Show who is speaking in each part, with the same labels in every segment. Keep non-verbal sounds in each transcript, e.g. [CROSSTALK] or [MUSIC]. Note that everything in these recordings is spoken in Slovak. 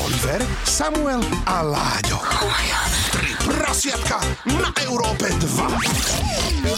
Speaker 1: Oliver, Samuel a Láďo. Tri prasiatka na Európe 2.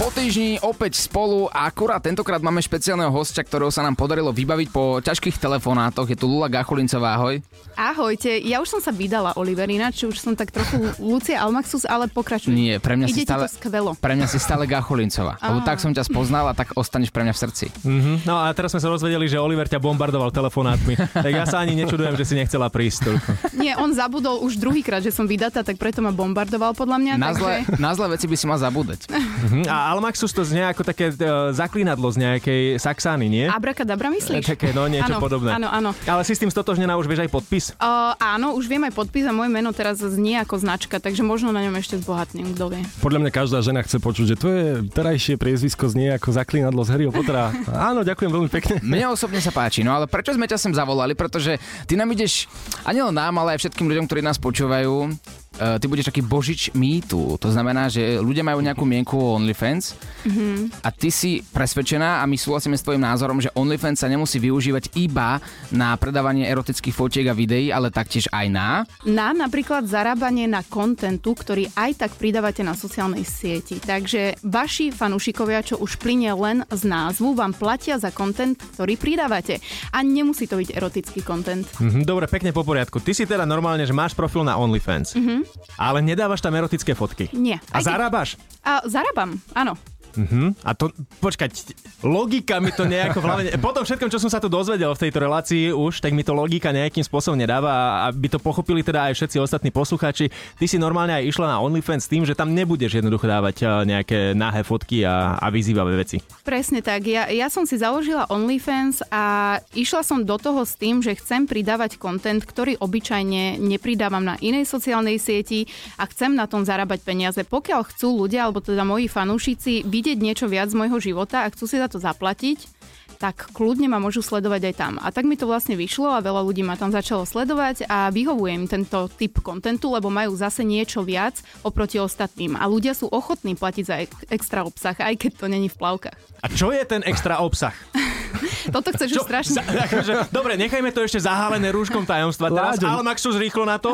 Speaker 2: Po týždni opäť spolu a akurát tentokrát máme špeciálneho hostia, ktorého sa nám podarilo vybaviť po ťažkých telefonátoch. Je tu Lula Gachulincová, ahoj.
Speaker 3: Ahojte, ja už som sa vydala, Oliver, ináč už som tak trochu Lucia Almaxus, ale pokračuj.
Speaker 2: Nie, pre mňa,
Speaker 3: Ide
Speaker 2: si
Speaker 3: ti
Speaker 2: stále,
Speaker 3: to skvelo.
Speaker 2: pre mňa si stále
Speaker 3: [LAUGHS]
Speaker 2: Gachulincová. Lebo tak som ťa spoznal a tak ostaneš pre mňa v srdci.
Speaker 4: Mm-hmm. No a teraz sme sa dozvedeli, že Oliver ťa bombardoval telefonátmi. tak ja sa ani nečudujem, že si nechcela prísť. tu.
Speaker 3: Nie, on zabudol už druhýkrát, že som vydatá, tak preto ma bombardoval podľa mňa.
Speaker 2: Na
Speaker 3: takže...
Speaker 2: zlé, na zlé veci by si mal zabúdať.
Speaker 4: Mhm. A Almaxus to znie ako také uh, zaklínadlo z nejakej saxány, nie?
Speaker 3: Abrakadabra myslíš?
Speaker 4: Také, no niečo
Speaker 3: Áno,
Speaker 4: podobné.
Speaker 3: áno, áno.
Speaker 4: Ale si s tým stotožnená už vieš aj podpis.
Speaker 3: Uh, áno, už viem aj podpis a moje meno teraz znie ako značka, takže možno na ňom ešte zbohatnem, kto vie.
Speaker 5: Podľa mňa každá žena chce počuť, že tvoje terajšie priezvisko znie ako zaklínadlo z Harryho Pottera. Áno, ďakujem veľmi pekne.
Speaker 4: [LAUGHS]
Speaker 2: Mne osobne sa páči, no ale prečo sme ťa sem zavolali? Pretože ty nám ideš, a nielen nám, ale aj všetkým ľuďom, ktorí nás počúvajú, eh, ty budeš taký božič mýtu. To znamená, že ľudia majú nejakú mienku o OnlyFans a ty si presvedčená a my súhlasíme s tvojim názorom, že OnlyFans sa nemusí využívať iba na predávanie erotických fotiek a videí, ale taktiež aj na...
Speaker 3: Na napríklad zarábanie na kontentu, ktorý aj tak pridávate na sociálnej sieti. Takže vaši fanúšikovia, čo už plyne len z názvu, vám platia za kontent, ktorý pridávate. A nemusí to byť erotický kontent.
Speaker 4: Mhm, dobre, pekne po poriadku. Ty si teda normálne, že máš profil na OnlyFans, mm-hmm. ale nedávaš tam erotické fotky.
Speaker 3: Nie. Mhm. Aj
Speaker 4: A
Speaker 3: keď-
Speaker 4: zarábaš?
Speaker 3: A zarábam, áno.
Speaker 4: Mhm. A to, počkať, logika mi to nejako v hlave... ne- Po tom všetkom, čo som sa tu dozvedel v tejto relácii už, tak mi to logika nejakým spôsobom nedáva a aby to pochopili teda aj všetci ostatní poslucháči. Ty si normálne aj išla na OnlyFans s tým, že tam nebudeš jednoducho dávať a, nejaké nahé fotky a, a vyzývavé veci.
Speaker 3: Presne tak. Ja, ja som si založila OnlyFans a išla som do toho s tým, že chcem pridávať kontent, ktorý obyčajne nepridávam na inej sociálnej sieti a chcem na tom zarábať peniaze. Pokiaľ chcú ľudia, alebo teda moji fanúšici, vidieť niečo viac z môjho života a chcú si za to zaplatiť, tak kľudne ma môžu sledovať aj tam. A tak mi to vlastne vyšlo a veľa ľudí ma tam začalo sledovať a vyhovuje im tento typ kontentu, lebo majú zase niečo viac oproti ostatným. A ľudia sú ochotní platiť za ek- extra obsah, aj keď to není v plavkách.
Speaker 4: A čo je ten extra
Speaker 3: [LAUGHS]
Speaker 4: obsah?
Speaker 3: Toto chceš už strašne.
Speaker 4: Za, [LAUGHS] akože, dobre, nechajme to ešte zahálené rúškom tajomstva. Teraz
Speaker 5: Láďo.
Speaker 4: Almaxus rýchlo na
Speaker 3: [LAUGHS]
Speaker 4: to.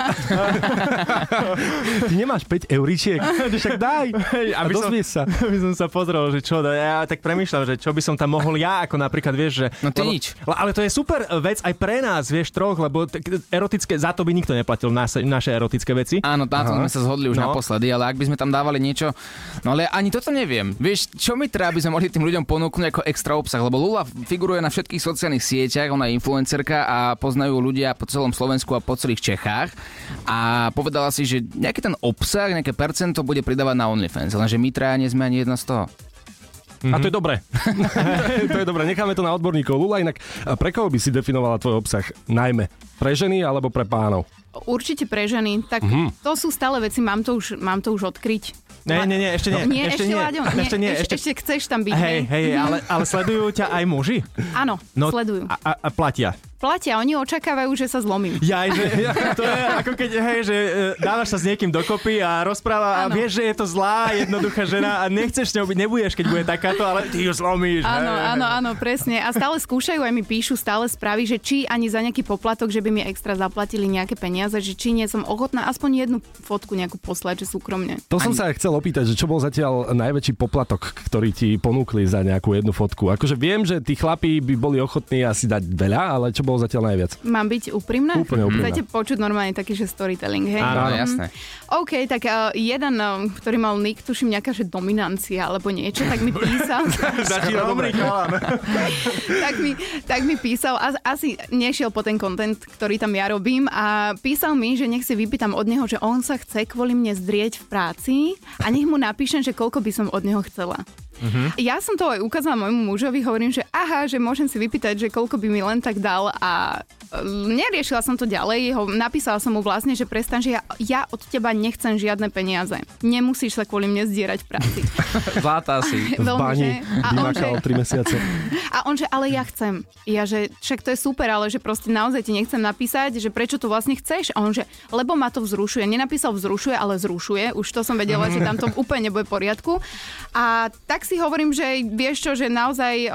Speaker 5: Ty nemáš 5 euríčiek, však daj
Speaker 4: Hej,
Speaker 5: a
Speaker 4: [LAUGHS] aby som-
Speaker 5: dozvieš sa.
Speaker 4: by som sa pozrel, že čo, ja tak premýšľam, že čo by som tam mohol ja, ako napríklad, vieš, že...
Speaker 2: No ty nič.
Speaker 4: le- Ale to je super vec aj pre nás, vieš, troch, lebo tak erotické, za to by nikto neplatil naše, naše erotické veci. A...
Speaker 2: Áno, na tom sme sa zhodli už no.
Speaker 4: No.
Speaker 2: naposledy, ale ak by sme tam dávali niečo... No ale ani toto neviem. Vieš, čo mi treba, aby sme mohli tým ľuďom ponúknuť ako extra obsah? Lebo Lula figuruje na všetkých sociálnych sieťach, ona je influencerka a poznajú ľudia po celom Slovensku a po celých Čechách. A povedala si, že nejaký ten obsah, nejaké percento bude pridávať na OnlyFans, lenže my traja nie sme ani jedna z toho.
Speaker 5: A to je dobre. Mhm. [LAUGHS] to je dobre, necháme to na odborníkov. Lula, inak a pre koho by si definovala tvoj obsah? Najmä pre ženy alebo pre pánov?
Speaker 3: Určite pre ženy. Tak to sú stále veci, mám to už, mám to už odkryť.
Speaker 4: Ne, ne, ne, E, ešte nie.
Speaker 3: No. Nie, ešte,
Speaker 4: nie.
Speaker 3: Láďo, nie, ešte, nie, ešte, ešte chceš tam byť.
Speaker 4: Hej,
Speaker 3: hej. Mhm.
Speaker 4: hej, ale, No- ale sledujú ťa aj muži?
Speaker 3: Áno, sledujú.
Speaker 4: A, a, a platia.
Speaker 3: Platia, oni očakávajú, že sa zlomím.
Speaker 4: Jaj, že, [LAUGHS] to je ako keď, hej, že e, dávaš sa s niekým dokopy a rozpráva
Speaker 3: Áno.
Speaker 4: a vieš, že je to zlá, jednoduchá žena a nechceš s ňou byť, nebudeš, keď bude takáto, ale ty ju zlomíš.
Speaker 3: Áno,
Speaker 4: hej.
Speaker 3: áno, áno, presne. A stále skúšajú, aj mi píšu stále správy, že či ani za nejaký poplatok, že by mi extra zaplatili nejaké peniaze, že či nie som ochotná aspoň jednu fotku nejakú poslať, že súkromne.
Speaker 5: To som sa aj chcel opýtať, že čo bol zatiaľ najväčší poplatok, ktorý ti ponúkli za nejakú jednu fotku. Akože viem, že tí chlapí by boli ochotní asi dať veľa, ale čo bolo zatiaľ najviac?
Speaker 3: Mám byť úprimná?
Speaker 5: Úplne úprimná.
Speaker 3: Chcete počuť normálne taký, že storytelling, hej?
Speaker 2: Áno, No, jasné.
Speaker 3: OK, tak uh, jeden, uh, ktorý mal nick, tuším nejaká, že dominancia alebo niečo, tak mi písal,
Speaker 4: Začína dobrý chalan.
Speaker 3: tak, mi, tak mi písal, as, asi nešiel po ten kontent, ktorý tam ja robím a písal mi, že nech si vypýtam od neho, že on sa chce kvôli mne zdrieť v práci a nech mu napíšem, že koľko by som od neho chcela.
Speaker 2: Mhm.
Speaker 3: Ja som to aj ukázala môjmu mužovi, hovorím, že aha, že môžem si vypýtať, že koľko by mi len tak dal a e, neriešila som to ďalej, ho, napísala som mu vlastne, že prestan, že ja, ja od teba nechcem žiadne peniaze. Nemusíš sa kvôli mne zdierať v práci.
Speaker 2: [LAUGHS] Zlatá si.
Speaker 5: V
Speaker 3: Veľmi, že?
Speaker 5: bani
Speaker 3: A on, že,
Speaker 5: vymakal
Speaker 3: [LAUGHS]
Speaker 5: 3 mesiace.
Speaker 3: a on, že ale ja chcem. Ja, že však to je super, ale že proste naozaj ti nechcem napísať, že prečo to vlastne chceš. A on, že lebo ma to vzrušuje. Nenapísal vzrušuje, ale zrušuje. Už to som vedela, že tam to úplne nebude v poriadku. A tak si hovorím, že vieš čo, že naozaj o,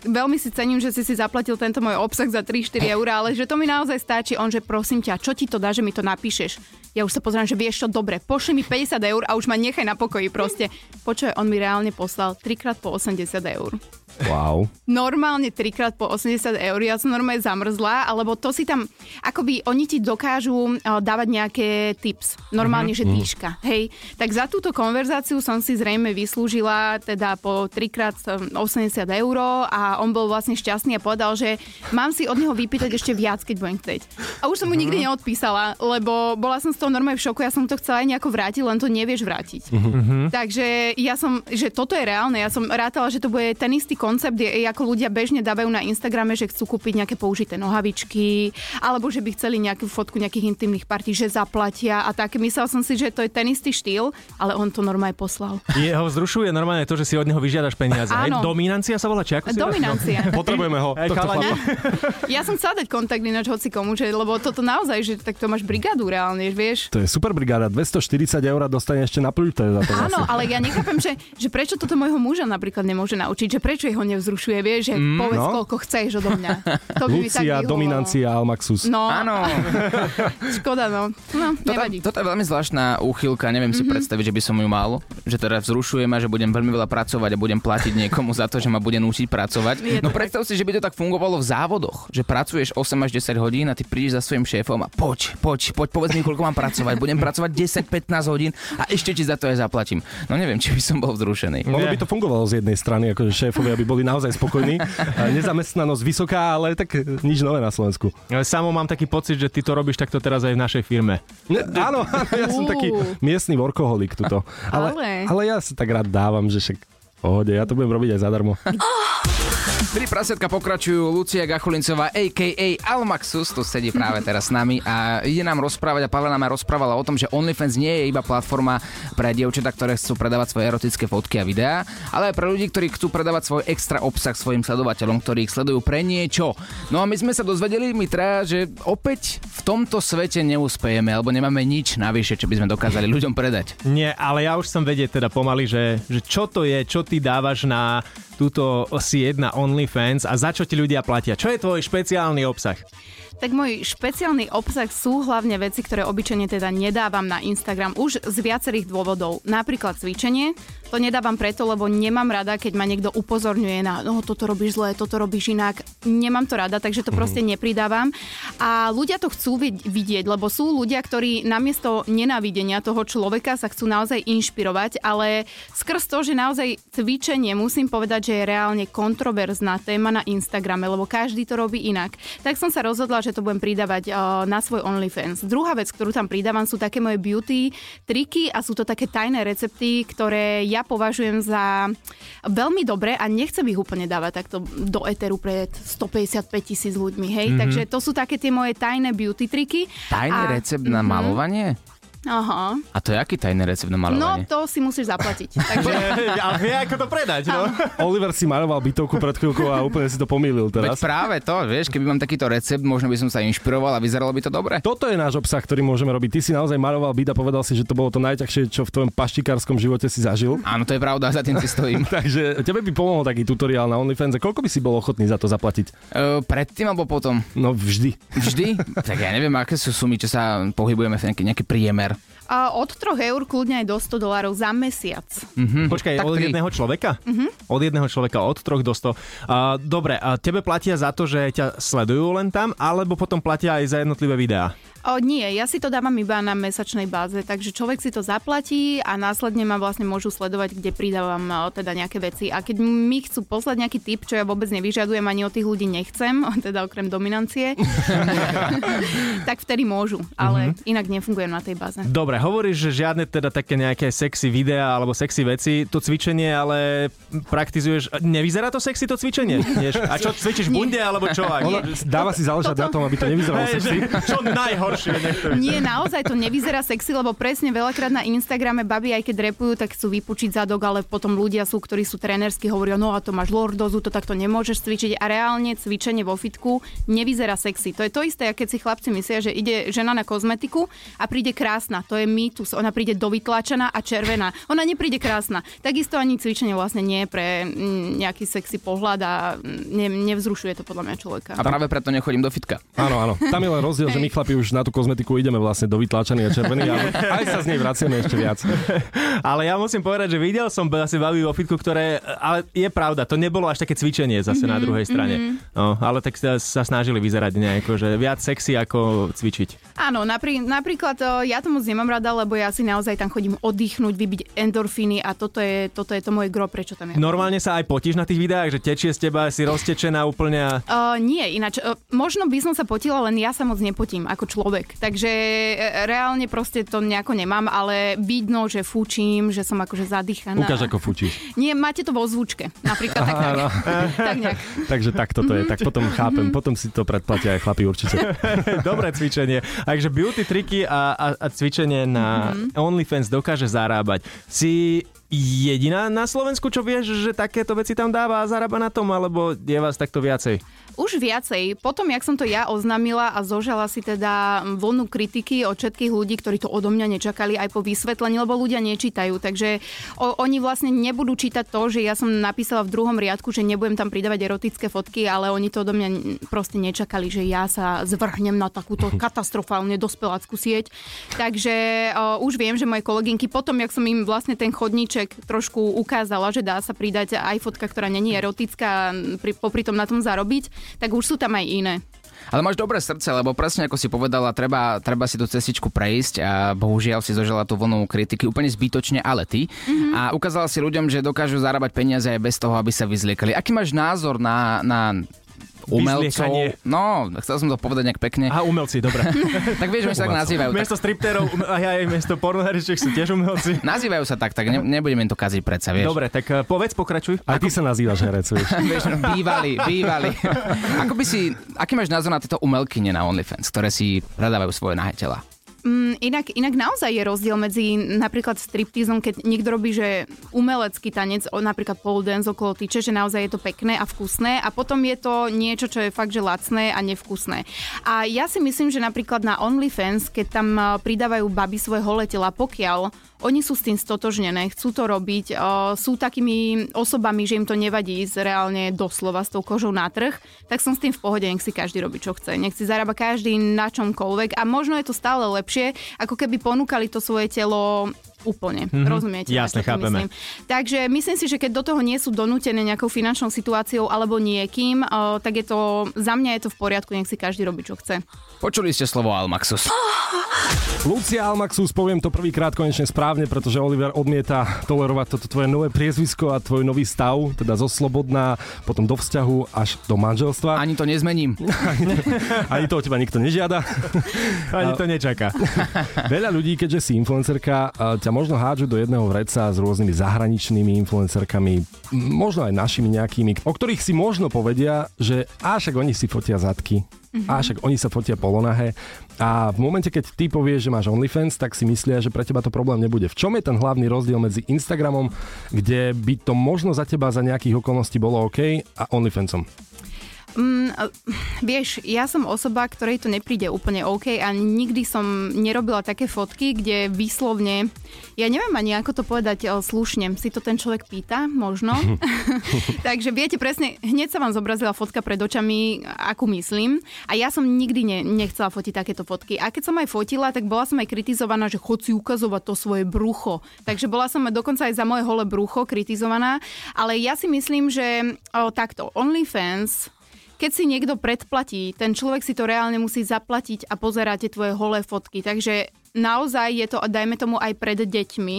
Speaker 3: veľmi si cením, že si si zaplatil tento môj obsah za 3-4 4 eurá, ale že to mi naozaj stačí. On, že prosím ťa, čo ti to dá, že mi to napíšeš? Ja už sa pozerám, že vieš čo, dobre, pošli mi 50 eur a už ma nechaj na pokoji proste. Počuje, on mi reálne poslal 3 po 80 eur.
Speaker 5: Wow.
Speaker 3: Normálne 3 po 80 eur, ja som normálne zamrzla, alebo to si tam, akoby oni ti dokážu eh, dávať nejaké tips. Normálne, že dýška, hej. Tak za túto konverzáciu som si zrejme vyslúžila teda po 3 80 eur a on bol vlastne šťastný a povedal, že mám si od neho vypýtať ešte viac, keď budem chcieť. A už som mu nikdy neodpísala, lebo bola som z toho normálne v šoku, ja som to chcela aj nejako vrátiť, len to nevieš vrátiť.
Speaker 5: Mhm.
Speaker 3: Takže ja som, že toto je reálne, ja som rátala, že to bude ten istý koncept, je, ako ľudia bežne dávajú na Instagrame, že chcú kúpiť nejaké použité nohavičky, alebo že by chceli nejakú fotku nejakých intimných partí, že zaplatia a tak. Myslel som si, že to je ten istý štýl, ale on to normálne
Speaker 5: [LAUGHS]
Speaker 3: poslal.
Speaker 4: Jeho vzrušuje normálne to, že si od neho vyžiadaš peniaze. Hej,
Speaker 3: Áno.
Speaker 4: dominancia sa volá, či ako si No,
Speaker 3: Dominancia.
Speaker 5: Potrebujeme ho.
Speaker 4: Hej,
Speaker 5: tohto
Speaker 4: chalani.
Speaker 5: chlapa.
Speaker 3: Ja som chcela dať kontakt ináč hoci komu, že, lebo toto naozaj, že tak to máš brigádu reálne, vieš.
Speaker 5: To je super brigáda, 240 eur dostane ešte na pľúte za to.
Speaker 3: Áno, ale ja nechápem, že, že prečo toto môjho muža napríklad nemôže naučiť, že prečo jeho nevzrušuje, vieš, že mm, povedz,
Speaker 5: no.
Speaker 3: no. koľko chceš odo mňa. To by mi tak
Speaker 5: Lucia,
Speaker 3: vyhovovalo.
Speaker 5: dominancia, Almaxus.
Speaker 3: No, Áno.
Speaker 2: Áno,
Speaker 3: škoda, no. No,
Speaker 2: toto,
Speaker 3: nevadí.
Speaker 2: toto je veľmi zvláštna úchylka, neviem mm-hmm. si predstaviť, že by som ju mal, že teda vzrušuje ma, že budem veľmi veľa pracovať a budem platiť niekomu za to, že ma bude nútiť pracovať. No predstav si, že by to tak fungovalo v závodoch, že pracuješ 8 až 10 hodín a ty prídeš za svojim šéfom a poď, poď, poď, povedz mi, koľko mám pracovať, budem pracovať 10-15 hodín a ešte ti za to aj zaplatím. No neviem, či by som bol vzrušený.
Speaker 5: Ono
Speaker 4: Nie.
Speaker 5: by to fungovalo z jednej strany, akože šéfovi, aby boli naozaj spokojní. A Nezamestnanosť vysoká, ale tak e, nič nové na Slovensku.
Speaker 4: Ale e, Samo mám taký pocit, že ty to robíš takto teraz aj v našej firme.
Speaker 5: Ne, áno, áno, [LAUGHS] ja som taký
Speaker 3: Uú.
Speaker 5: miestny workoholik tuto. Ale, ale...
Speaker 3: Ale.
Speaker 5: ale ja sa tak rád dávam, že však pohode, ja to budem robiť aj zadarmo.
Speaker 2: Tri prasiatka pokračujú, Lucia Gachulincová, a.k.a. Almaxus, tu sedí práve teraz s nami a ide nám rozprávať a Pavela nám rozprávala o tom, že OnlyFans nie je iba platforma pre dievčatá, ktoré chcú predávať svoje erotické fotky a videá, ale aj pre ľudí, ktorí chcú predávať svoj extra obsah svojim sledovateľom, ktorí ich sledujú pre niečo. No a my sme sa dozvedeli, my traja, že opäť v tomto svete neúspejeme, alebo nemáme nič navyše, čo by sme
Speaker 3: [LAUGHS]
Speaker 2: dokázali ľuďom predať.
Speaker 4: Nie, ale ja už som vedieť teda pomaly, že, že čo to je, čo ty dávaš na túto sieť na OnlyFans a za čo ti ľudia platia. Čo je tvoj špeciálny obsah?
Speaker 3: Tak môj špeciálny obsah sú hlavne veci, ktoré obyčajne teda nedávam na Instagram už z viacerých dôvodov. Napríklad cvičenie. To nedávam preto, lebo nemám rada, keď ma niekto upozorňuje na no toto robíš zle, toto robíš inak. Nemám to rada, takže to proste nepridávam. A ľudia to chcú vid- vidieť, lebo sú ľudia, ktorí namiesto nenávidenia toho človeka sa chcú naozaj inšpirovať, ale skrz to, že naozaj cvičenie musím povedať, že je reálne kontroverzná téma na Instagrame, lebo každý to robí inak. Tak som sa rozhodla, že to budem pridávať eh, na svoj OnlyFans. Druhá vec, ktorú tam pridávam, sú také moje beauty triky a sú to také tajné recepty, ktoré ja považujem za veľmi dobré a nechcem ich úplne dávať takto do eteru pred 155 tisíc ľuďmi. Hej? Mm-hmm. Takže to sú také tie moje tajné beauty triky.
Speaker 2: Tajný
Speaker 3: A-
Speaker 2: recept na malovanie?
Speaker 3: Aha.
Speaker 2: A to je aký tajný recept na
Speaker 3: No
Speaker 2: malovanie?
Speaker 3: to si musíš zaplatiť. Takže
Speaker 4: [LAUGHS] A vie, ako to predať, no?
Speaker 5: Oliver si maroval bytovku pred chvíľkou a úplne si to pomýlil
Speaker 2: Veď
Speaker 5: teraz.
Speaker 2: práve to, vieš, keby mám takýto recept, možno by som sa inšpiroval a vyzeralo by to dobre.
Speaker 5: Toto je náš obsah, ktorý môžeme robiť. Ty si naozaj maroval byt a povedal si, že to bolo to najťažšie, čo v tvojom paštikárskom živote si
Speaker 2: [LAUGHS]
Speaker 5: zažil.
Speaker 2: Áno, to je pravda, za tým si stojím.
Speaker 5: Takže tebe by pomohol taký tutoriál na OnlyFans. A koľko by si bol ochotný za to zaplatiť?
Speaker 2: E, predtým alebo potom?
Speaker 5: No vždy.
Speaker 2: Vždy? tak ja neviem, aké sú sumy, čo sa pohybujeme v nejaký, nejaký priemer.
Speaker 3: A od 3 eur kľudne aj do 100 dolárov za mesiac.
Speaker 4: Počkaj,
Speaker 2: tak
Speaker 4: od
Speaker 2: tri.
Speaker 4: jedného človeka?
Speaker 3: Mhm.
Speaker 4: Od jedného človeka, od troch do 100. A, dobre, a tebe platia za to, že ťa sledujú len tam, alebo potom platia aj za jednotlivé videá?
Speaker 3: O, nie, ja si to dávam iba na mesačnej báze, takže človek si to zaplatí a následne ma vlastne môžu sledovať, kde pridávam o, teda nejaké veci. A keď mi chcú poslať nejaký tip, čo ja vôbec nevyžadujem, ani od tých ľudí nechcem, [LAUGHS] teda okrem dominancie, tak vtedy môžu, ale inak nefungujem na tej báze.
Speaker 4: Dobre, hovoríš, že žiadne teda také nejaké sexy videá alebo sexy veci, to cvičenie ale praktizuješ, nevyzerá to sexy to cvičenie? Vieš? A čo, cvičíš bunde alebo čo? Aj?
Speaker 5: Ona dáva si záležať na tom, aby to nevyzeralo
Speaker 4: Hej, že
Speaker 5: sexy.
Speaker 4: [LAUGHS] čo najhoršie. horšie. nech [LAUGHS] to-
Speaker 3: Nie, naozaj to nevyzerá sexy, lebo presne veľakrát na Instagrame baby, aj keď repujú, tak chcú vypučiť zadok, ale potom ľudia sú, ktorí sú trénersky, hovoria, no a to máš lordozu, to takto nemôžeš cvičiť a reálne cvičenie vo fitku nevyzerá sexy. To je to isté, ako keď si chlapci myslia, že ide žena na kozmetiku a príde krásna. To je mýtus. Ona príde dovytlačená a červená. Ona nepríde krásna. Takisto ani cvičenie vlastne nie je pre mm, nejaký sexy pohľad a mm, ne, nevzrušuje to podľa mňa človeka.
Speaker 2: A práve preto nechodím do fitka.
Speaker 5: Áno, áno. Tam je len rozdiel, že my chlapi už na tú kozmetiku ideme vlastne do vytláčaný a červený a aj sa z nej vraciame ešte viac.
Speaker 4: Ale ja musím povedať, že videl som asi baví vo fitku, ktoré, ale je pravda, to nebolo až také cvičenie zase mm-hmm, na druhej strane. Mm-hmm. No, ale tak sa, sa snažili vyzerať nejako, že viac sexy ako cvičiť.
Speaker 3: Áno, naprí, napríklad o, ja to moc nemám rada, lebo ja si naozaj tam chodím oddychnúť, vybiť endorfíny a toto je, toto je to moje gro, prečo tam je.
Speaker 5: No.
Speaker 3: E,
Speaker 4: Normálne sa aj potíš na tých videách, že tečie z teba, si roztečená úplne a
Speaker 3: Uh, nie, ináč, uh, možno by som sa potila, len ja sa moc nepotím ako človek. Takže e, reálne proste to nejako nemám, ale vidno, že fúčim, že som akože zadýchaná.
Speaker 5: Ukáž, ako fučíš.
Speaker 3: Nie, máte to vo zvučke, napríklad tak nejak. [LAUGHS] tak nejak.
Speaker 5: Takže takto to je. Tak potom chápem. Potom si to predplatia aj chlapi určite.
Speaker 4: [LAUGHS] dobré cvičenie. Takže beauty triky a, a, a cvičenie na
Speaker 3: Mhm.
Speaker 4: mm-hmm. OnlyFans dokáže zarábať. Si jediná na Slovensku, čo vieš, že takéto veci tam dáva a zarába na tom, alebo je vás takto viacej?
Speaker 3: Už viacej. Potom, jak som to ja oznámila a zožala si teda vlnu kritiky od všetkých ľudí, ktorí to odo mňa nečakali aj po vysvetlení, lebo ľudia nečítajú. Takže o, oni vlastne nebudú čítať to, že ja som napísala v druhom riadku, že nebudem tam pridávať erotické fotky, ale oni to odo mňa n- proste nečakali, že ja sa zvrhnem na takúto katastrofálne dospeláckú sieť. Takže o, už viem, že moje kolegynky potom, jak som im vlastne ten chodníček trošku ukázala, že dá sa pridať aj fotka, ktorá není erotická, pri, popri tom na tom zarobiť, tak už sú tam aj iné.
Speaker 2: Ale máš dobré srdce, lebo presne ako si povedala, treba, treba si tú cestičku prejsť a bohužiaľ si zožila tú vlnu kritiky úplne zbytočne, ale ty. Mm-hmm. A ukázala si ľuďom, že dokážu zarábať peniaze aj bez toho, aby sa vyzliekali. Aký máš názor na, na umelcov?
Speaker 4: Vyzliekanie.
Speaker 2: No, chcel som to povedať nejak pekne.
Speaker 4: A umelci,
Speaker 5: [LAUGHS]
Speaker 4: dobre.
Speaker 2: tak vieš, oni sa tak nazývajú. Tak,
Speaker 4: Miesto stripterov um- a aj miesto pornoheričiek sú tiež
Speaker 5: [LAUGHS]
Speaker 4: umelci.
Speaker 5: No,
Speaker 2: nazývajú sa tak, tak ne, nebudeme im to kaziť predsa, vieš.
Speaker 4: Dobre, tak eh, povedz, pokračuj.
Speaker 5: Aj ty sa nazývaš herec, vieš.
Speaker 2: [LAUGHS] Vieš, no, bývalý, bývalý. [LAUGHS] Ako by si, aký máš názor na tieto umelkyne na OnlyFans, ktoré si predávajú svoje nahé tela?
Speaker 3: Mm, inak, inak naozaj je rozdiel medzi napríklad striptizom, keď niekto robí, že umelecký tanec, o, napríklad pole dance okolo tyče, že naozaj je to pekné a vkusné a potom je to niečo, čo je fakt, že lacné a nevkusné. A ja si myslím, že napríklad na OnlyFans, keď tam eh, pridávajú baby svoje holé tela, pokiaľ oni sú s tým stotožnené, chcú to robiť, eh, sú takými osobami, že im to nevadí ísť reálne doslova s tou kožou na trh, tak som s tým v pohode, nech si každý robí, čo chce, nech si zarába každý na čomkoľvek a možno je to stále lepšie, ako keby ponúkali to svoje telo úplne. Mm-hmm. Rozumiete? na
Speaker 4: Mhm. Jasne,
Speaker 3: čo tým
Speaker 4: chápeme.
Speaker 3: Myslím. Takže myslím si, že keď do toho nie sú donútené nejakou finančnou situáciou alebo niekým, eh, tak je to, za mňa je to v poriadku, nech si každý robí, čo chce.
Speaker 2: Počuli ste slovo Almaxus.
Speaker 5: Lucia Almaxus, poviem to prvýkrát konečne správne, pretože Oliver odmieta tolerovať toto tvoje nové priezvisko a tvoj nový stav, teda zo slobodná, potom do vzťahu až do manželstva.
Speaker 2: Ani to nezmením.
Speaker 5: [LAUGHS] Ani to od teba nikto nežiada.
Speaker 4: [LAUGHS] Ani to nečaká.
Speaker 5: Veľa ľudí, keďže si influencerka, a ťa možno hádžu do jedného vreca s rôznymi zahraničnými influencerkami, m- možno aj našimi nejakými, o ktorých si možno povedia, že a však oni si fotia zadky, a však oni sa fotia polonahé. A v momente, keď ty povieš, že máš OnlyFans, tak si myslia, že pre teba to problém nebude. V čom je ten hlavný rozdiel medzi Instagramom, kde by to možno za teba za nejakých okolností bolo OK, a OnlyFansom?
Speaker 3: Mm, a- vieš, ja som osoba, ktorej to nepríde úplne OK a nikdy som nerobila také fotky, kde vyslovne, ja neviem ani ako to povedať e, slušne, si to ten človek pýta, možno. [LAUGHS] Takže viete presne, hneď sa vám zobrazila fotka pred očami, akú myslím. A ja som nikdy ne, nechcela fotiť takéto fotky. A keď som aj fotila, tak bola som aj kritizovaná, že chod si ukazovať to svoje brucho. Takže bola som dokonca aj za moje holé brucho kritizovaná. Ale ja si myslím, že o, takto, OnlyFans keď si niekto predplatí, ten človek si to reálne musí zaplatiť a pozerá tie tvoje holé fotky. Takže naozaj je to, dajme tomu aj pred deťmi,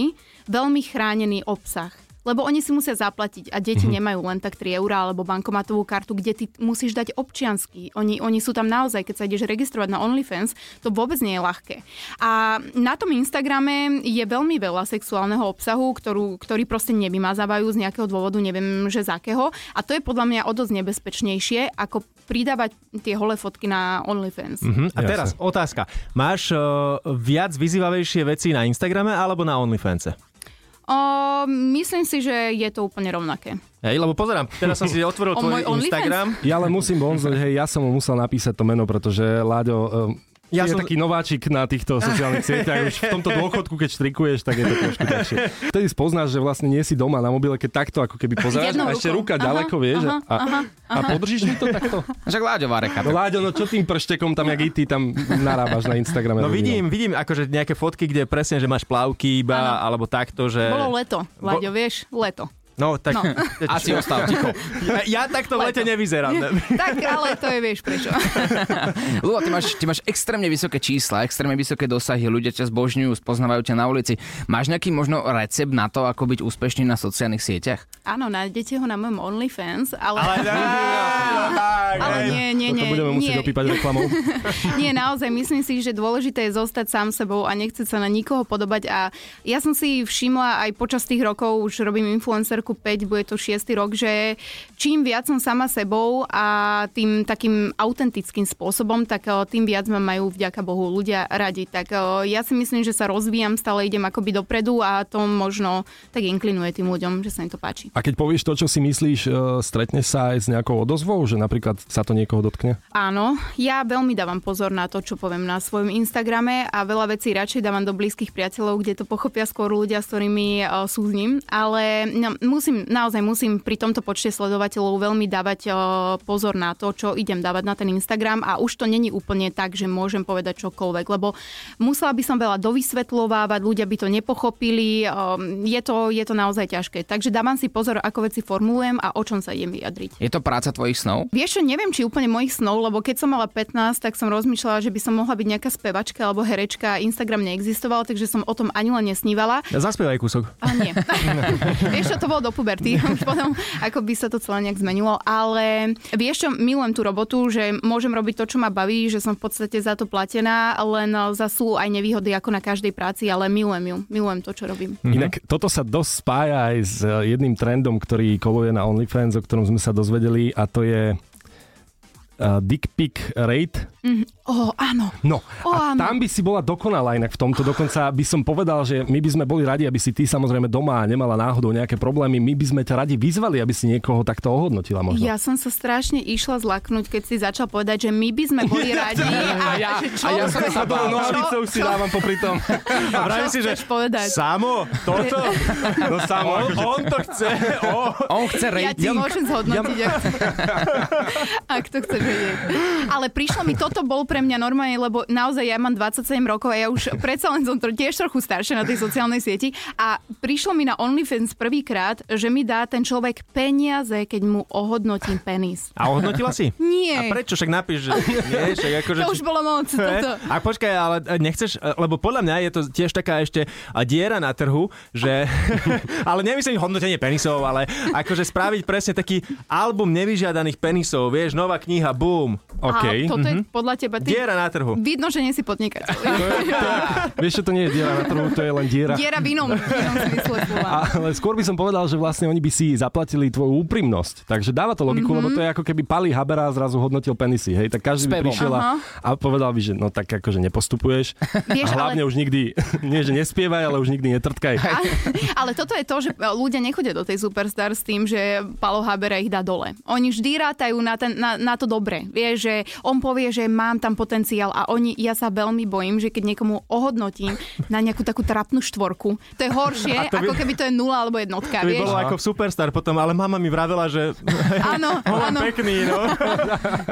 Speaker 3: veľmi chránený obsah. lebo oni si musia zaplatiť a deti nemajú len tak 3 eurá alebo bankomatovú kartu, kde ty musíš dať občiansky. Oni, oni sú tam naozaj, keď sa ideš registrovať na OnlyFans, to vôbec nie je ľahké. A na tom Instagrame je veľmi veľa sexuálneho obsahu, ktorú, ktorý proste nevymazávajú z nejakého dôvodu, neviem, že z akého. A to je podľa mňa o dosť nebezpečnejšie, ako pridávať tie holé fotky na OnlyFans.
Speaker 4: Mhm. A teraz otázka. Máš uh, viac vyzývavejšie veci na Instagrame alebo na OnlyFans?
Speaker 3: O, myslím si, že je to úplne rovnaké.
Speaker 4: Hej, lebo pozerám, teraz som si
Speaker 3: O,
Speaker 4: otvoril tvoj
Speaker 3: môj OnlyFans?
Speaker 4: Instagram.
Speaker 5: Ja len musím bonzať, hej, ja som mu musel napísať to meno, pretože Láďo, ja
Speaker 4: Ja
Speaker 5: je
Speaker 4: som-
Speaker 5: taký nováčik na týchto sociálnych sieťach, už v tomto dôchodku, keď štrikuješ, tak je to trošku ťažšie. Vtedy spoznáš, že vlastne nie si doma na mobile, keď takto ako keby pozeráš
Speaker 3: Jednou
Speaker 5: a ešte
Speaker 3: rukou.
Speaker 5: ruka
Speaker 3: Aha,
Speaker 5: ďaleko, vieš,
Speaker 3: aha,
Speaker 5: a, a podržíš mi to takto?
Speaker 2: Však Láďová reka.
Speaker 5: No Láďo, no čo tým prštekom tam, jak i ty tam narábaš na Instagrame?
Speaker 4: No
Speaker 5: robinou?
Speaker 4: vidím, vidím akože nejaké fotky, kde presne, že máš plavky iba,
Speaker 3: Áno.
Speaker 4: alebo takto, že...
Speaker 3: Bolo leto, Láďo, vieš, leto.
Speaker 4: No, tak... [LAUGHS]
Speaker 3: No.
Speaker 2: Asi ostal ticho.
Speaker 4: Ja, ja takto v lete
Speaker 3: [LAUGHS]
Speaker 4: nevyzerám. ne?
Speaker 3: Tak ale to je, vieš prečo.
Speaker 2: Lulo, ty máš, ty máš extrémne vysoké čísla, extrémne vysoké dosahy, ľudia ťa zbožňujú, spoznávajú ťa na ulici. Máš nejaký možno recept na to, ako byť úspešný na sociálnych sieťach?
Speaker 3: Áno, nájdete ho na mojom OnlyFans, ale...
Speaker 4: Ale, ne, no tak,
Speaker 3: ale
Speaker 4: hej.
Speaker 3: nie, nie, nie,
Speaker 5: To budeme
Speaker 3: nie,
Speaker 5: musieť opípať reklamou.
Speaker 3: nie, naozaj, myslím si, že dôležité je zostať sám sebou a nechcieť sa na nikoho podobať a ja som si všimla aj počas tých rokov, už robím influencerku 5, bude to 6 rok, že čím viac som sama sebou a tým takým autentickým spôsobom, tak o, tým viac ma majú vďaka Bohu ľudia radi. Tak o, ja si myslím, že sa rozvíjam, stále idem akoby dopredu a to možno tak inklinuje tým ľuďom, že sa im to páči.
Speaker 5: A keď povieš to, čo si myslíš, e, stretneš sa aj s nejakou odozvou, že napríklad sa to niekoho dotkne?
Speaker 3: Áno, ja veľmi dávam pozor na to, čo poviem na svojom Instagrame a veľa vecí radšej dávam do blízkych priateľov, kde to pochopia skôr ľudia, s ktorými e, súzním, ale no, musím, naozaj musím pri tomto počte sledovateľov veľmi dávať e, pozor na to, čo idem dávať na ten Instagram a už to není úplne tak, že môžem povedať čokoľvek, lebo musela by som veľa dovysvetľovávať, ľudia by to nepochopili, e, je to, je to naozaj ťažké. Takže dávam si pozor, ako veci formulujem a o čom sa idem vyjadriť.
Speaker 2: Je to práca tvojich snov?
Speaker 3: Vieš čo, neviem, či úplne mojich snov, lebo keď som mala 15, tak som rozmýšľala, že by som mohla byť nejaká spevačka alebo herečka. Instagram neexistoval, takže som o tom ani len nesnívala.
Speaker 4: Ja zaspievaj kúsok.
Speaker 3: A nie. vieš čo, to bolo do puberty. Už potom, ako by sa to celé nejak zmenilo. Ale vieš čo, milujem tú robotu, že môžem robiť to, čo ma baví, že som v podstate za to platená, len za sú aj nevýhody ako na každej práci, ale milujem ju. Milujem to, čo robím.
Speaker 5: Mm-hmm. Inak toto sa dosť spája aj s e, jedným trendom, ktorý koluje na OnlyFans, o ktorom sme sa dozvedeli a to je uh, dick pic rate.
Speaker 3: Ó, áno.
Speaker 5: No
Speaker 3: O,
Speaker 5: a
Speaker 3: áno.
Speaker 5: tam by si bola dokonalá inak v tomto. Dokonca by som povedal, že my by sme boli radi, aby si ty samozrejme doma nemala náhodou nejaké problémy. My by sme ťa radi vyzvali, aby si niekoho takto ohodnotila možno.
Speaker 3: Ja som sa strašne išla zlaknúť, keď si začal povedať, že my by sme
Speaker 2: [LAUGHS]
Speaker 3: boli radi. A, ja, že čo,
Speaker 2: a ja som sa bál.
Speaker 3: čo-
Speaker 5: Nohavicou si
Speaker 3: čo-
Speaker 5: dávam popri tom.
Speaker 4: A vrajím
Speaker 3: Čo chceš povedať?
Speaker 4: Samo, toto? No samo, [LAUGHS] on, on to chce. Oh.
Speaker 2: On chce
Speaker 3: Ja ti
Speaker 2: rating.
Speaker 3: môžem zhodnotiť, ak,
Speaker 2: [LAUGHS]
Speaker 3: ak to chceš vedieť. Ale prišlo mi, toto bol pre mňa normálne, lebo naozaj ja mám 27 rokov a ja už predsa len som tro, tiež trochu staršia na tej sociálnej sieti a prišlo mi na OnlyFans prvýkrát, že mi dá ten človek peniaze, keď mu ohodnotím penis.
Speaker 4: A ohodnotila si?
Speaker 3: Nie.
Speaker 4: A prečo? Však napíš, [LAUGHS] že nie, však akože...
Speaker 3: To už bolo moc.
Speaker 4: Hej.
Speaker 2: [LAUGHS]
Speaker 3: Toto.
Speaker 4: [LAUGHS] A počkaj, ale e, nechceš, e, lebo podľa mňa je to tiež taká ešte e, diera na trhu, že, [LAUGHS] ale nemyslím hodnotenie penisov, ale akože spraviť presne taký album nevyžiadaných penisov, vieš, nová kniha, boom,
Speaker 5: OK.
Speaker 3: A toto
Speaker 2: mhm.
Speaker 3: je podľa teba... Ty...
Speaker 4: diera na trhu.
Speaker 3: Vidno, že nie si podnikateľ.
Speaker 5: [LAUGHS] Vieš, čo to nie je diera na trhu, to je len diera.
Speaker 3: Diera v inom, v inom zmysle slova.
Speaker 5: Ale skôr by som povedal, že vlastne oni by si zaplatili tvoju úprimnosť. Takže dáva to
Speaker 3: Mhm.
Speaker 5: logiku, mm-hmm. lebo to je ako keby Pali Habera zrazu hodnotil penisy, hej? Tak každý by
Speaker 2: Spevom.
Speaker 5: prišiel a, a povedal by, že no tak akože
Speaker 3: [LAUGHS]
Speaker 5: nepostupuješ.
Speaker 3: Vieš,
Speaker 5: a hlavne
Speaker 3: ale-
Speaker 5: už nikdy, [LAUGHS] nie že nespievaj, ale už nikdy netrtkaj.
Speaker 3: A, ale toto je to, že ľudia nechodia do tej Superstar s tým, že Palo Habera ich dá dole. Oni vždy rátajú na, ten, na, na to dobre. Vie, že on povie, že mám tam potenciál a oni, ja sa veľmi bojím, že keď niekomu ohodnotím na nejakú takú trapnú štvorku, to je horšie,
Speaker 4: A to by-
Speaker 3: ako keby to je nula alebo jednotka.
Speaker 4: To by
Speaker 3: vieš?
Speaker 4: bolo ako v Superstar potom, ale mama mi vravela, že [LAUGHS]
Speaker 3: Áno,
Speaker 4: on
Speaker 3: áno.
Speaker 4: pekný, no.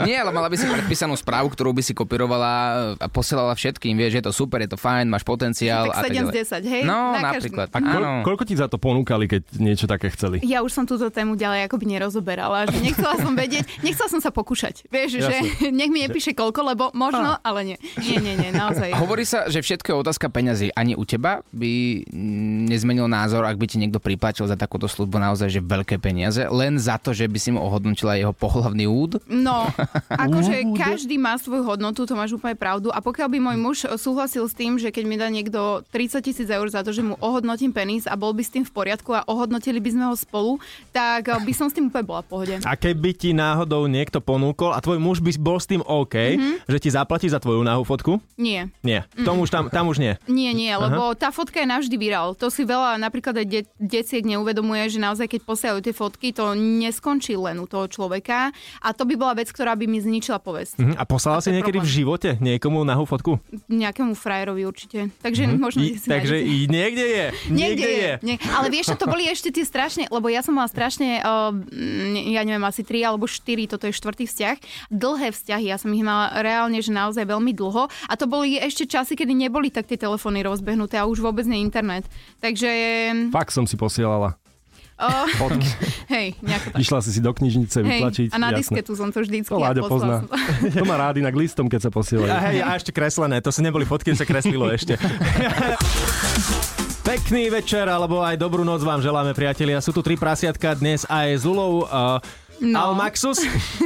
Speaker 2: Nie, ale mala by si predpísanú správu, ktorú by si kopírovala e, a posielala všetkým. Vieš, je to super, je to fajn, máš potenciál. a
Speaker 3: Tak 7 z
Speaker 2: ďalej.
Speaker 3: 10, hej?
Speaker 2: No,
Speaker 3: Na každý-
Speaker 2: napríklad.
Speaker 5: A koľ,
Speaker 2: Áno.
Speaker 5: koľko ti za to ponúkali, keď niečo také chceli?
Speaker 3: Ja už som túto tému ďalej akoby nerozoberala, že nechcela som vedieť, nechcela som sa pokúšať. 10. Vieš, že [LAUGHS] nech mi nepíše koľko, lebo možno, ale nie. Nie, nie, nie, naozaj.
Speaker 2: Hovorí sa, že všetko je otázka peňazí. Ani u teba by mm, nezmenil názor, ak by ti niekto priplatil za takúto službu naozaj že veľké peniaze, len za to, že by si mu ohodnotila jeho pohlavný úd.
Speaker 3: No, akože každý má svoju hodnotu, to máš úplne pravdu. A pokiaľ by môj muž súhlasil s tým, že keď mi dá niekto 30 tisíc eur za to, že mu ohodnotím penis a bol by s tým v poriadku a ohodnotili by sme ho spolu, tak by som s tým úplne bola v pohode.
Speaker 4: A keby ti náhodou niekto ponúkol a tvoj muž by bol s tým OK,
Speaker 3: Mhm.
Speaker 4: že ti zaplatí za tvoju nahú fotku?
Speaker 3: Nie.
Speaker 4: Nie,
Speaker 3: Mhm.
Speaker 4: tomu už tam, tam už nie.
Speaker 3: Nie, nie, lebo tá fotka je navždy virál. To si veľa napríklad aj de- deciek neuvedomuje, že naozaj keď posielajú tie fotky, to neskončí len u toho človeka a to by bola vec, ktorá by mi zničila povesť.
Speaker 4: Mhm. A poslala
Speaker 3: A
Speaker 4: si
Speaker 3: to je
Speaker 4: niekedy v
Speaker 3: problém.
Speaker 4: živote niekomu nahú fotku?
Speaker 3: Nejakému frajerovi určite. Takže možno,
Speaker 4: Mhm. I,
Speaker 3: že si
Speaker 4: takže
Speaker 3: nájdete.
Speaker 4: i niekde je.
Speaker 3: Niekde je. Nie. Ale vieš, čo to boli ešte tie strašne, lebo ja som mala strašne, uh, ja neviem, asi 3 alebo 4, toto je štvrtý vzťah, dlhé vzťahy, ja som ich mala reálne, že naozaj veľmi dlho a to boli ešte časy, kedy neboli tak tie telefóny rozbehnuté a už vôbec nie internet. Takže,
Speaker 5: Fakt som si posielala.
Speaker 3: uh,
Speaker 5: Fotky.
Speaker 3: [LAUGHS] hej, nejako tak.
Speaker 5: Išla si si do knižnice
Speaker 3: Hej,
Speaker 5: vytlačiť.
Speaker 3: a na
Speaker 5: jasné.
Speaker 3: disketu som to vždycky
Speaker 5: To Láďo
Speaker 3: poslala
Speaker 5: pozná.
Speaker 3: som to. [LAUGHS]
Speaker 5: [LAUGHS] To má rád inak listom, keď sa posielajú.
Speaker 4: A hej, a ešte kreslené, to si neboli fotky, to sa kreslilo ešte. [LAUGHS] Pekný večer, alebo aj dobrú noc vám želáme, priatelia. Sú tu tri prasiatka dnes aj s Lulou. Uh, no.
Speaker 3: No.
Speaker 4: Almaxus?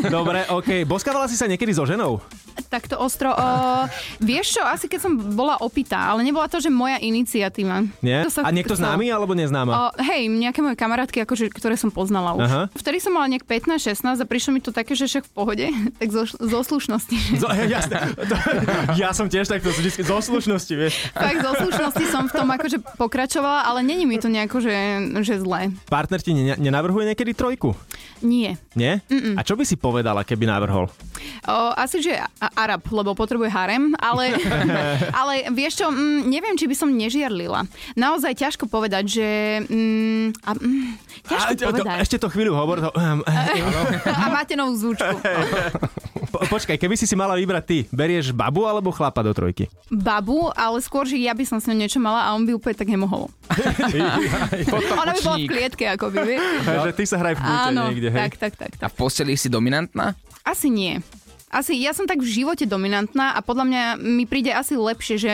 Speaker 4: Dobre, OK. Boskávala si sa niekedy so ženou?
Speaker 3: Takto ostro. O, vieš čo, asi keď som bola opitá, ale nebola to, že moja iniciatíva.
Speaker 4: Nie?
Speaker 3: To sa
Speaker 4: A niekto
Speaker 3: vkrtlo.
Speaker 4: známy alebo neznáma?
Speaker 3: O, hej, nejaké moje kamarátky, akože, ktoré som poznala už.
Speaker 4: Aha.
Speaker 3: Vtedy som mala nejak 15-16 a prišlo mi to také, že však v pohode, [LAUGHS] tak zo, zo
Speaker 5: [LAUGHS]
Speaker 3: slušnosti.
Speaker 4: Zo, [LAUGHS] jasne. ja som tiež takto vždy zo slušnosti, vieš.
Speaker 3: Fakt zo slušnosti som v tom akože pokračovala, ale není mi to nejako, že, že zlé.
Speaker 4: Partner ti ne- nenavrhuje niekedy trojku?
Speaker 3: Nie.
Speaker 4: Nie? Mm-mm. A čo by si povedala, keby navrhol?
Speaker 3: O, asi, že a- Arab, lebo potrebuje harem,
Speaker 4: [LAUGHS]
Speaker 3: ale, ale vieš čo, mm, neviem, či by som nežiarlila. Naozaj ťažko povedať, že... Mm, a, mm, ťažko
Speaker 4: A, to, to,
Speaker 3: povedať.
Speaker 4: ešte to chvíľu hovor. To, um,
Speaker 3: a máte novú zvučku.
Speaker 4: po, počkaj, keby si si mala vybrať ty, berieš babu alebo chlapa do trojky?
Speaker 3: Babu, ale skôr, že ja by som s ňou niečo mala a on by úplne tak nemohol. Ona by bola v
Speaker 2: Potočník.
Speaker 3: klietke, ako by, vie.
Speaker 4: No. Že ty sa hraj v búte
Speaker 3: Áno,
Speaker 4: niekde, hej.
Speaker 3: tak, tak, tak,
Speaker 2: A
Speaker 3: tak.
Speaker 2: v posteli si dominantná?
Speaker 3: Asi nie. Asi, ja som tak v živote dominantná a podľa mňa mi príde asi lepšie, že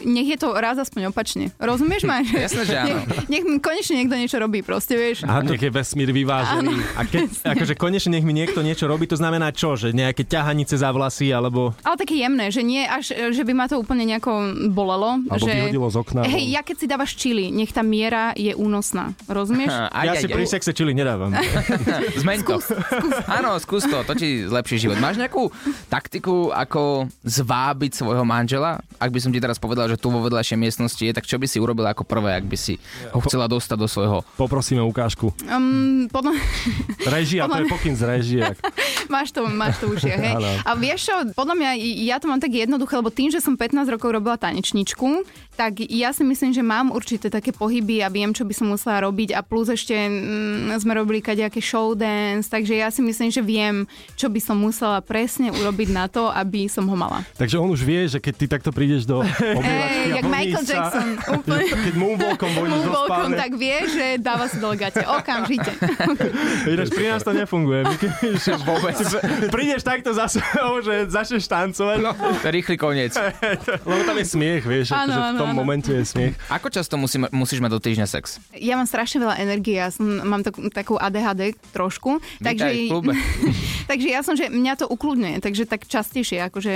Speaker 3: nech je to raz aspoň opačne. Rozumieš
Speaker 5: [LAUGHS]
Speaker 3: ma?
Speaker 2: Jasné, že áno.
Speaker 3: Nech, nech mi konečne niekto niečo robí, proste, vieš.
Speaker 5: A nech je vesmír vyvážený.
Speaker 4: A keď, akože konečne nech mi niekto niečo robí, to znamená čo? Že nejaké ťahanice za vlasy, alebo...
Speaker 3: Ale také jemné, že nie až, e, že by ma to úplne nejako bolelo.
Speaker 5: Alebo
Speaker 3: že...
Speaker 5: vyhodilo z okna.
Speaker 3: Hej, ja keď si dávaš čili, nech tá miera je únosná.
Speaker 5: [LAUGHS]
Speaker 3: Rozumieš?
Speaker 2: Ha,
Speaker 4: Aj, ja aj, si aj. pri sexe čili
Speaker 3: [LAUGHS]
Speaker 4: nedávam.
Speaker 2: Zmeň to. Áno, skús to, to ti zlepší život. Máš nejakú taktiku, ako zvábiť svojho manžela? Ak by som ti teraz povedal, že tu vo vedľajšej miestnosti je, tak čo by si urobila ako prvé, ak by si ho chcela dostať do svojho...
Speaker 5: Poprosíme ukážku.
Speaker 3: Um, podľa...
Speaker 5: Režia, to je pokyn z
Speaker 3: [LAUGHS]
Speaker 5: režie.
Speaker 3: Máš to, máš to už, hej.
Speaker 5: Áno.
Speaker 3: A vieš čo, podľa mňa, ja to mám tak jednoduché, lebo tým, že som 15 rokov robila tanečničku, tak ja si myslím, že mám určité také pohyby a viem, čo by som musela robiť a plus ešte mm, sme robili kadejaké show dance, takže ja si myslím, že viem, čo by som musela presne urobiť na to, aby som ho mala.
Speaker 5: Takže on už vie, že keď ty takto prídeš
Speaker 3: [LAUGHS]
Speaker 5: do obývačky
Speaker 3: Ej,
Speaker 5: a
Speaker 3: jak
Speaker 5: voníš
Speaker 3: Michael
Speaker 5: sa,
Speaker 3: Jackson,
Speaker 2: [LAUGHS]
Speaker 3: úplne.
Speaker 5: Keď moonwalkom voníš do
Speaker 3: Moonwalkom
Speaker 5: spálne.
Speaker 3: tak vie, že dáva si do legate.
Speaker 2: [LAUGHS]
Speaker 3: Okamžite.
Speaker 4: Ináč pri nás to [LAUGHS] nefunguje. My keď-
Speaker 2: Vôbec.
Speaker 4: Prídeš takto za sebou, že začneš tancovať.
Speaker 2: No, rýchly koniec.
Speaker 5: Lebo
Speaker 3: [LAUGHS]
Speaker 5: tam je smiech, vieš,
Speaker 3: Áno,
Speaker 5: že v
Speaker 3: áno,
Speaker 5: tom
Speaker 3: áno.
Speaker 5: momente je smiech.
Speaker 2: Ako často musí, musíš mať do týždňa sex?
Speaker 3: Ja mám strašne veľa energie, ja som, mám takú, takú ADHD trošku.
Speaker 2: Vítaj v klube.
Speaker 3: takže ja som, že mňa to ukludňuje, takže tak častejšie, akože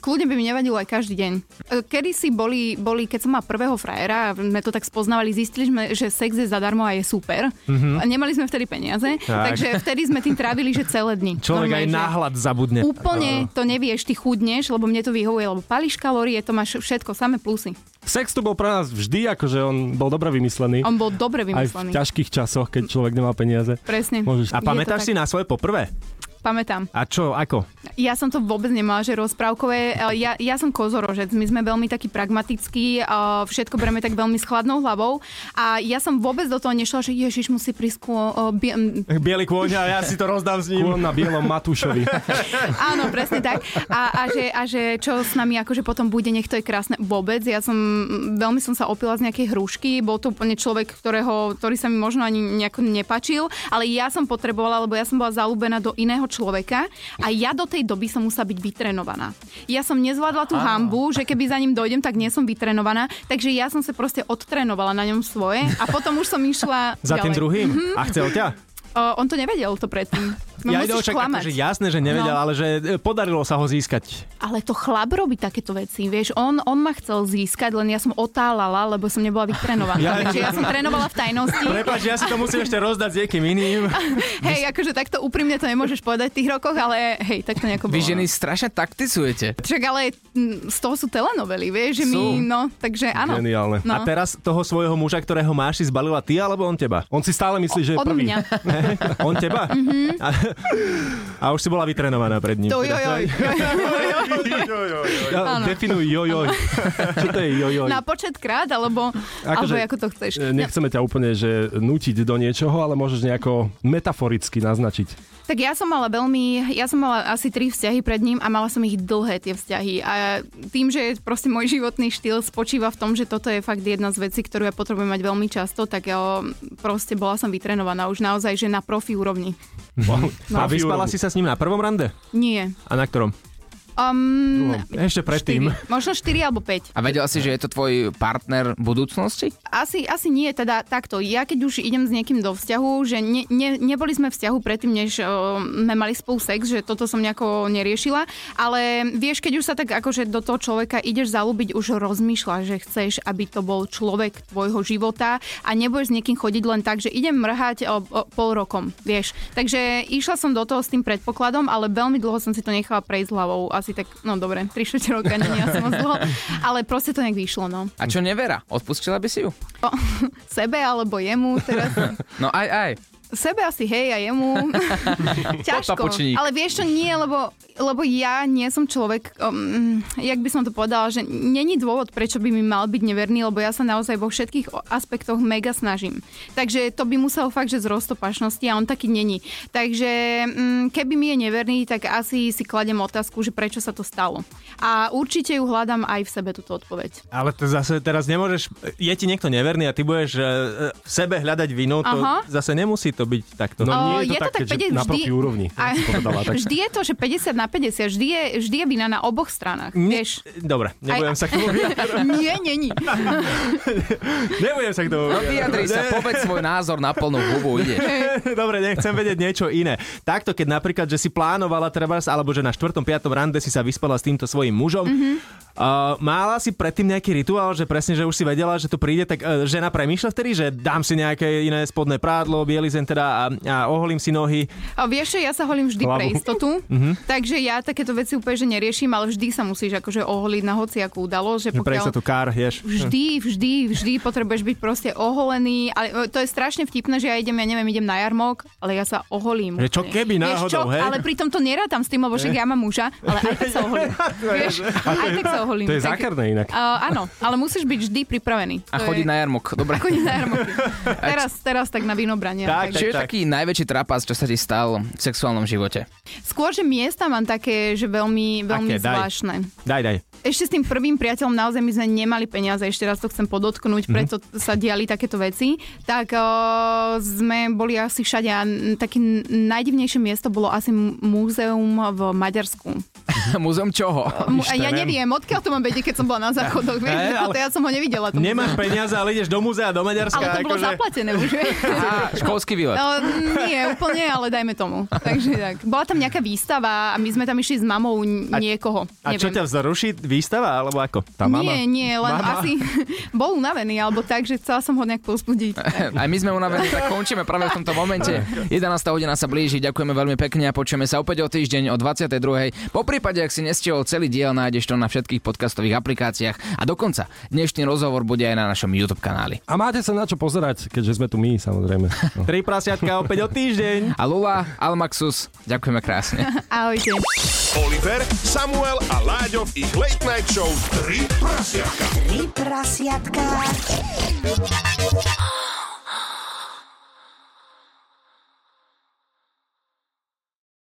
Speaker 3: kľudne by mi nevadilo aj každý deň. E, Kedy si boli, boli, keď som mala prvého frajera, sme to tak spoznavali, zistili sme, že sex je zadarmo a je super. Mm-hmm. A nemali sme vtedy peniaze,
Speaker 4: Mhm. Tak.
Speaker 3: tak. takže vtedy sme tým trávili, že celé dni.
Speaker 4: Človek aj
Speaker 3: Normálne, že-
Speaker 4: náhľad zabudne.
Speaker 3: Úplne to nevieš, ty chudneš, lebo mne to vyhovuje, lebo palíš kalórie, to máš všetko, samé plusy.
Speaker 5: Sex to bol pre nás vždy, akože on bol dobre vymyslený.
Speaker 3: On bol dobre
Speaker 5: Aj v
Speaker 3: vymyslený.
Speaker 5: ťažkých časoch, keď človek nemá peniaze.
Speaker 3: Presne.
Speaker 5: Môžeš...
Speaker 4: A
Speaker 3: Je to
Speaker 4: pamätáš
Speaker 3: tak.
Speaker 4: si na svoje poprvé?
Speaker 3: Pamätám.
Speaker 4: A čo, ako?
Speaker 3: Ja som to vôbec nemala, že rozprávkové. E, Ja, ja som kozorožec, my sme veľmi takí pragmatickí, e, všetko bereme tak veľmi s chladnou hlavou a ja som vôbec do toho nešla, že Ježiš musí prísť ku... o, bi- m,
Speaker 4: Bielý kôň a ja si to
Speaker 3: Mm.
Speaker 4: rozdám s ním.
Speaker 5: Kôň na bielom Matúšovi.
Speaker 3: [LAUGHS] áno, presne tak. A, a, že, a že čo s nami akože potom bude, nech to je krásne. Vôbec, ja som... Veľmi som sa opila z nejakej hrušky, bol to úplne človek, ktorého, ktorý sa mi možno ani nejako nepačil, ale ja som potrebovala, lebo ja som bola zalúbená do iného človeka a ja do tej doby som musela byť vytrenovaná. Ja som nezvládla tú hambu, že keby za ním dojdem, tak nie som vytrenovaná, takže ja som sa proste odtrénovala na ňom svoje a potom už som išla
Speaker 4: Za
Speaker 3: ďalej.
Speaker 4: tým druhým? A chcel ťa?
Speaker 3: O, on to nevedel to predtým. No,
Speaker 4: ja
Speaker 3: musíš
Speaker 4: však
Speaker 3: klamať.
Speaker 4: akože jasné, že nevedel,
Speaker 3: No.
Speaker 4: ale že e, podarilo sa ho získať.
Speaker 3: Ale to chlap robí takéto veci, vieš. On, on ma chcel získať, len ja som otálala, lebo som nebola vytrenovaná.
Speaker 4: Ja-
Speaker 3: ja, Takže ja som trénovala v tajnosti.
Speaker 4: Prepač, ja si to musím ešte rozdať s niekým iným.
Speaker 3: [LAUGHS] Hej, akože takto úprimne to nemôžeš povedať v tých rokoch, ale hej, tak to nejako bolo.
Speaker 2: Vy ženy strašne taktizujete.
Speaker 3: Však ale mm, z toho sú telenovely, vieš, že
Speaker 4: Sú.
Speaker 3: my, no, takže áno.
Speaker 5: Geniálne.
Speaker 3: No.
Speaker 4: A teraz toho svojho muža, ktorého máš, si zbalila ty alebo on teba?
Speaker 5: On si stále myslí, že je
Speaker 3: Od
Speaker 5: prvý.
Speaker 3: mňa.
Speaker 4: On teba? A, a už si bola vytrenovaná pred ním.
Speaker 3: Mhm.
Speaker 4: teda.
Speaker 3: To jojoj.
Speaker 5: Ja,
Speaker 3: Áno.
Speaker 5: definuj jojoj. Čo to je jojoj?
Speaker 3: Na počet krát, alebo, alebo
Speaker 5: Akože-
Speaker 3: ako to chceš.
Speaker 5: E, Nechceme ťa úplne že nutiť do niečoho, ale môžeš nejako metaforicky naznačiť.
Speaker 3: Tak ja som mala veľmi, ja som mala asi tri vzťahy pred ním a mala som ich dlhé tie vzťahy. A tým, že proste môj životný štýl spočíva v tom, že toto je fakt jedna z vecí, ktorú ja potrebujem mať veľmi často, tak ja mm, proste bola som vytrenovaná už naozaj, že na profi úrovni. no.
Speaker 4: A vyspala si sa s ním na prvom rande?
Speaker 3: Nie.
Speaker 4: A na ktorom? No,
Speaker 3: Um,
Speaker 4: Ešte predtým.
Speaker 3: štyri. Možno 4 alebo 5.
Speaker 2: A vedela si, že je to tvoj partner budúcnosti?
Speaker 3: Asi, asi nie, teda takto. Ja keď už idem s niekým do vzťahu, že ne, ne, neboli sme v vzťahu predtým, než uh, sme mali spolu sex, že toto som nejako neriešila, ale vieš, keď už sa tak akože do toho človeka ideš zalúbiť, už rozmýšľaš, že chceš, aby to bol človek tvojho života a nebudeš s niekým chodiť len tak, že idem mrhať o, o, pol rokom, vieš. Takže išla som do toho s tým predpokladom, ale veľmi dlho som si to nechala prejsť hlavou. Asi tak, no dobre, 3-4 roka, nie, ja som moc dlho, ale proste to nejak vyšlo, no.
Speaker 2: A čo nevera? Odpustila by si ju?
Speaker 3: Sebe alebo jemu teraz...
Speaker 2: No aj, aj.
Speaker 3: Sebe asi hej a jemu. Ťažko.
Speaker 2: Podpapučník.
Speaker 3: Ale vieš čo, nie, lebo, lebo ja nie som človek, um, jak by som to povedala, že není dôvod, prečo by mi mal byť neverný, lebo ja sa naozaj vo všetkých o- aspektoch mega snažím. Takže to by musel fakt, že z roztopašnosti a on taký není. Takže um, keby mi je neverný, tak asi si kladem otázku, že prečo sa to stalo. A určite ju hľadám aj v sebe túto odpoveď.
Speaker 4: Ale to zase teraz nemôžeš, je ti niekto neverný a ty budeš e, e, v sebe hľadať vinu, to
Speaker 3: Aha.
Speaker 4: zase nemusí to byť takto.
Speaker 3: O,
Speaker 5: No
Speaker 3: je
Speaker 5: nie je to
Speaker 3: to
Speaker 5: tak,
Speaker 3: tak
Speaker 5: keďže
Speaker 3: 50
Speaker 5: na
Speaker 3: vždy-
Speaker 5: profi úrovni.
Speaker 3: A-
Speaker 5: som povedala, tak.
Speaker 3: Vždy je to, že 50 na 50, vždy je, vždy je vina na oboch stranách.
Speaker 4: Ne-
Speaker 3: Vieš, [LAUGHS]
Speaker 4: Dobre, nebudem
Speaker 3: Aj-
Speaker 4: sa k tomu
Speaker 3: [LAUGHS] Nie, nie, nie.
Speaker 4: Nebudem sa k tomu
Speaker 2: No vyjadri sa, povedz svoj názor na plnú hubu, ide.
Speaker 4: [LAUGHS] Dobre, nechcem vedieť niečo iné. Takto, keď napríklad, že si plánovala trebárs, alebo že na 4. 5. rande si sa vyspala s týmto svojim mužom,
Speaker 3: Mhm.
Speaker 4: mm-hmm. uh, mala si predtým nejaký rituál, že presne, že už si vedela, že to príde, tak uh, žena premýšľa vtedy, že dám si nejaké iné spodné prádlo, bielizen teda a, a oholím si nohy.
Speaker 3: A vieš, že ja sa holím vždy
Speaker 5: Hlavu. Mhm.
Speaker 3: pre istotu, takže ja takéto veci úplne že neriešim, ale vždy sa musíš akože oholiť na hociakú udalo, že
Speaker 4: Že pre
Speaker 3: pokiaľ...
Speaker 4: tu kár, vieš.
Speaker 3: Vždy, vždy, vždy potrebuješ byť proste oholený. Ale e, to je strašne vtipné, že ja idem, ja neviem, idem na jarmok, ale ja sa oholím.
Speaker 4: Že čo
Speaker 3: úplne.
Speaker 4: keby náhodou,
Speaker 3: Vieš čo,
Speaker 4: hej?
Speaker 3: ale pritom to nerátam s tým, lebo však ja mám muža, ale aj tak sa
Speaker 5: [LAUGHS]
Speaker 3: oholím. Vieš, aj tak sa oholím.
Speaker 5: To je
Speaker 3: Tak-
Speaker 5: zákerné inak.
Speaker 3: Uh, áno, ale musíš byť vždy pripravený.
Speaker 2: A
Speaker 3: To
Speaker 2: chodí
Speaker 3: [LAUGHS] je...
Speaker 2: na jarmok, dobre.
Speaker 3: Chodí na
Speaker 4: [LAUGHS]
Speaker 3: jarmoky. teraz, teraz tak na vínobranie.
Speaker 4: Tak,
Speaker 2: Čo je taký najväčší trapas, čo sa ti stal v sexuálnom [LAUGHS] živote?
Speaker 3: Skôr, že miesta mám také, že veľmi, veľmi
Speaker 4: Aké? Daj.
Speaker 3: zvláštne.
Speaker 4: Daj, daj.
Speaker 3: Ešte s tým prvým priateľom naozaj my sme nemali peniaze, ešte raz to chcem
Speaker 4: Mhm.
Speaker 3: podotknúť, preto sa diali takéto veci. Tak o, sme boli asi všade a n- také n- najdivnejšie miesto bolo asi m- múzeum v Maďarsku.
Speaker 2: Múzeum čoho?
Speaker 3: Mu-
Speaker 4: Už to
Speaker 3: ja
Speaker 4: viem.
Speaker 3: neviem, odkiaľ to mám vedieť, keď som bola na
Speaker 4: [LAUGHS]
Speaker 3: záchodoch, vieš, no
Speaker 4: Hej, ale-
Speaker 3: to ja som ho nevidela. to
Speaker 4: Nemáš peniaze, ale ideš do múzea, do Maďarska. akože-
Speaker 3: Ale to bolo zaplatené už.
Speaker 4: [LAUGHS]
Speaker 3: vieš.
Speaker 2: Á, školský výlet.
Speaker 3: No, nie, úplne, ale dajme tomu. Takže tak. Bola tam nejaká výstava a my sme tam išli s mamou n-
Speaker 4: A-
Speaker 3: niekoho.
Speaker 4: A čo ťa vzruší? Výstava, alebo ako? Tá
Speaker 3: Nie, nie, len mama. asi [LAUGHS] bol unavený, alebo tak, že chcela som ho nejak
Speaker 4: [LAUGHS]
Speaker 3: pozbudiť.
Speaker 2: Aj my sme unavení, tak končíme práve v tomto momente. 11. hodina sa blíži, ďakujeme veľmi pekne a počujeme sa opäť o týždeň o 22. Po prípade, ak si nestihol celý diel, nájdeš to na všetkých podcastových aplikáciách a dokonca dnešný rozhovor bude aj na našom YouTube kanáli.
Speaker 5: A máte sa na čo pozerať, keďže sme tu my, samozrejme.
Speaker 3: [LAUGHS]
Speaker 5: No.
Speaker 4: Tri prasiatka opäť o týždeň.
Speaker 2: A Lula, Almaxus, ďakujeme krásne.
Speaker 3: Ahojte.
Speaker 1: Oliver, Samuel a Láďo v ich Late Night Show 3 prasiatka.
Speaker 6: Tri prasiatka.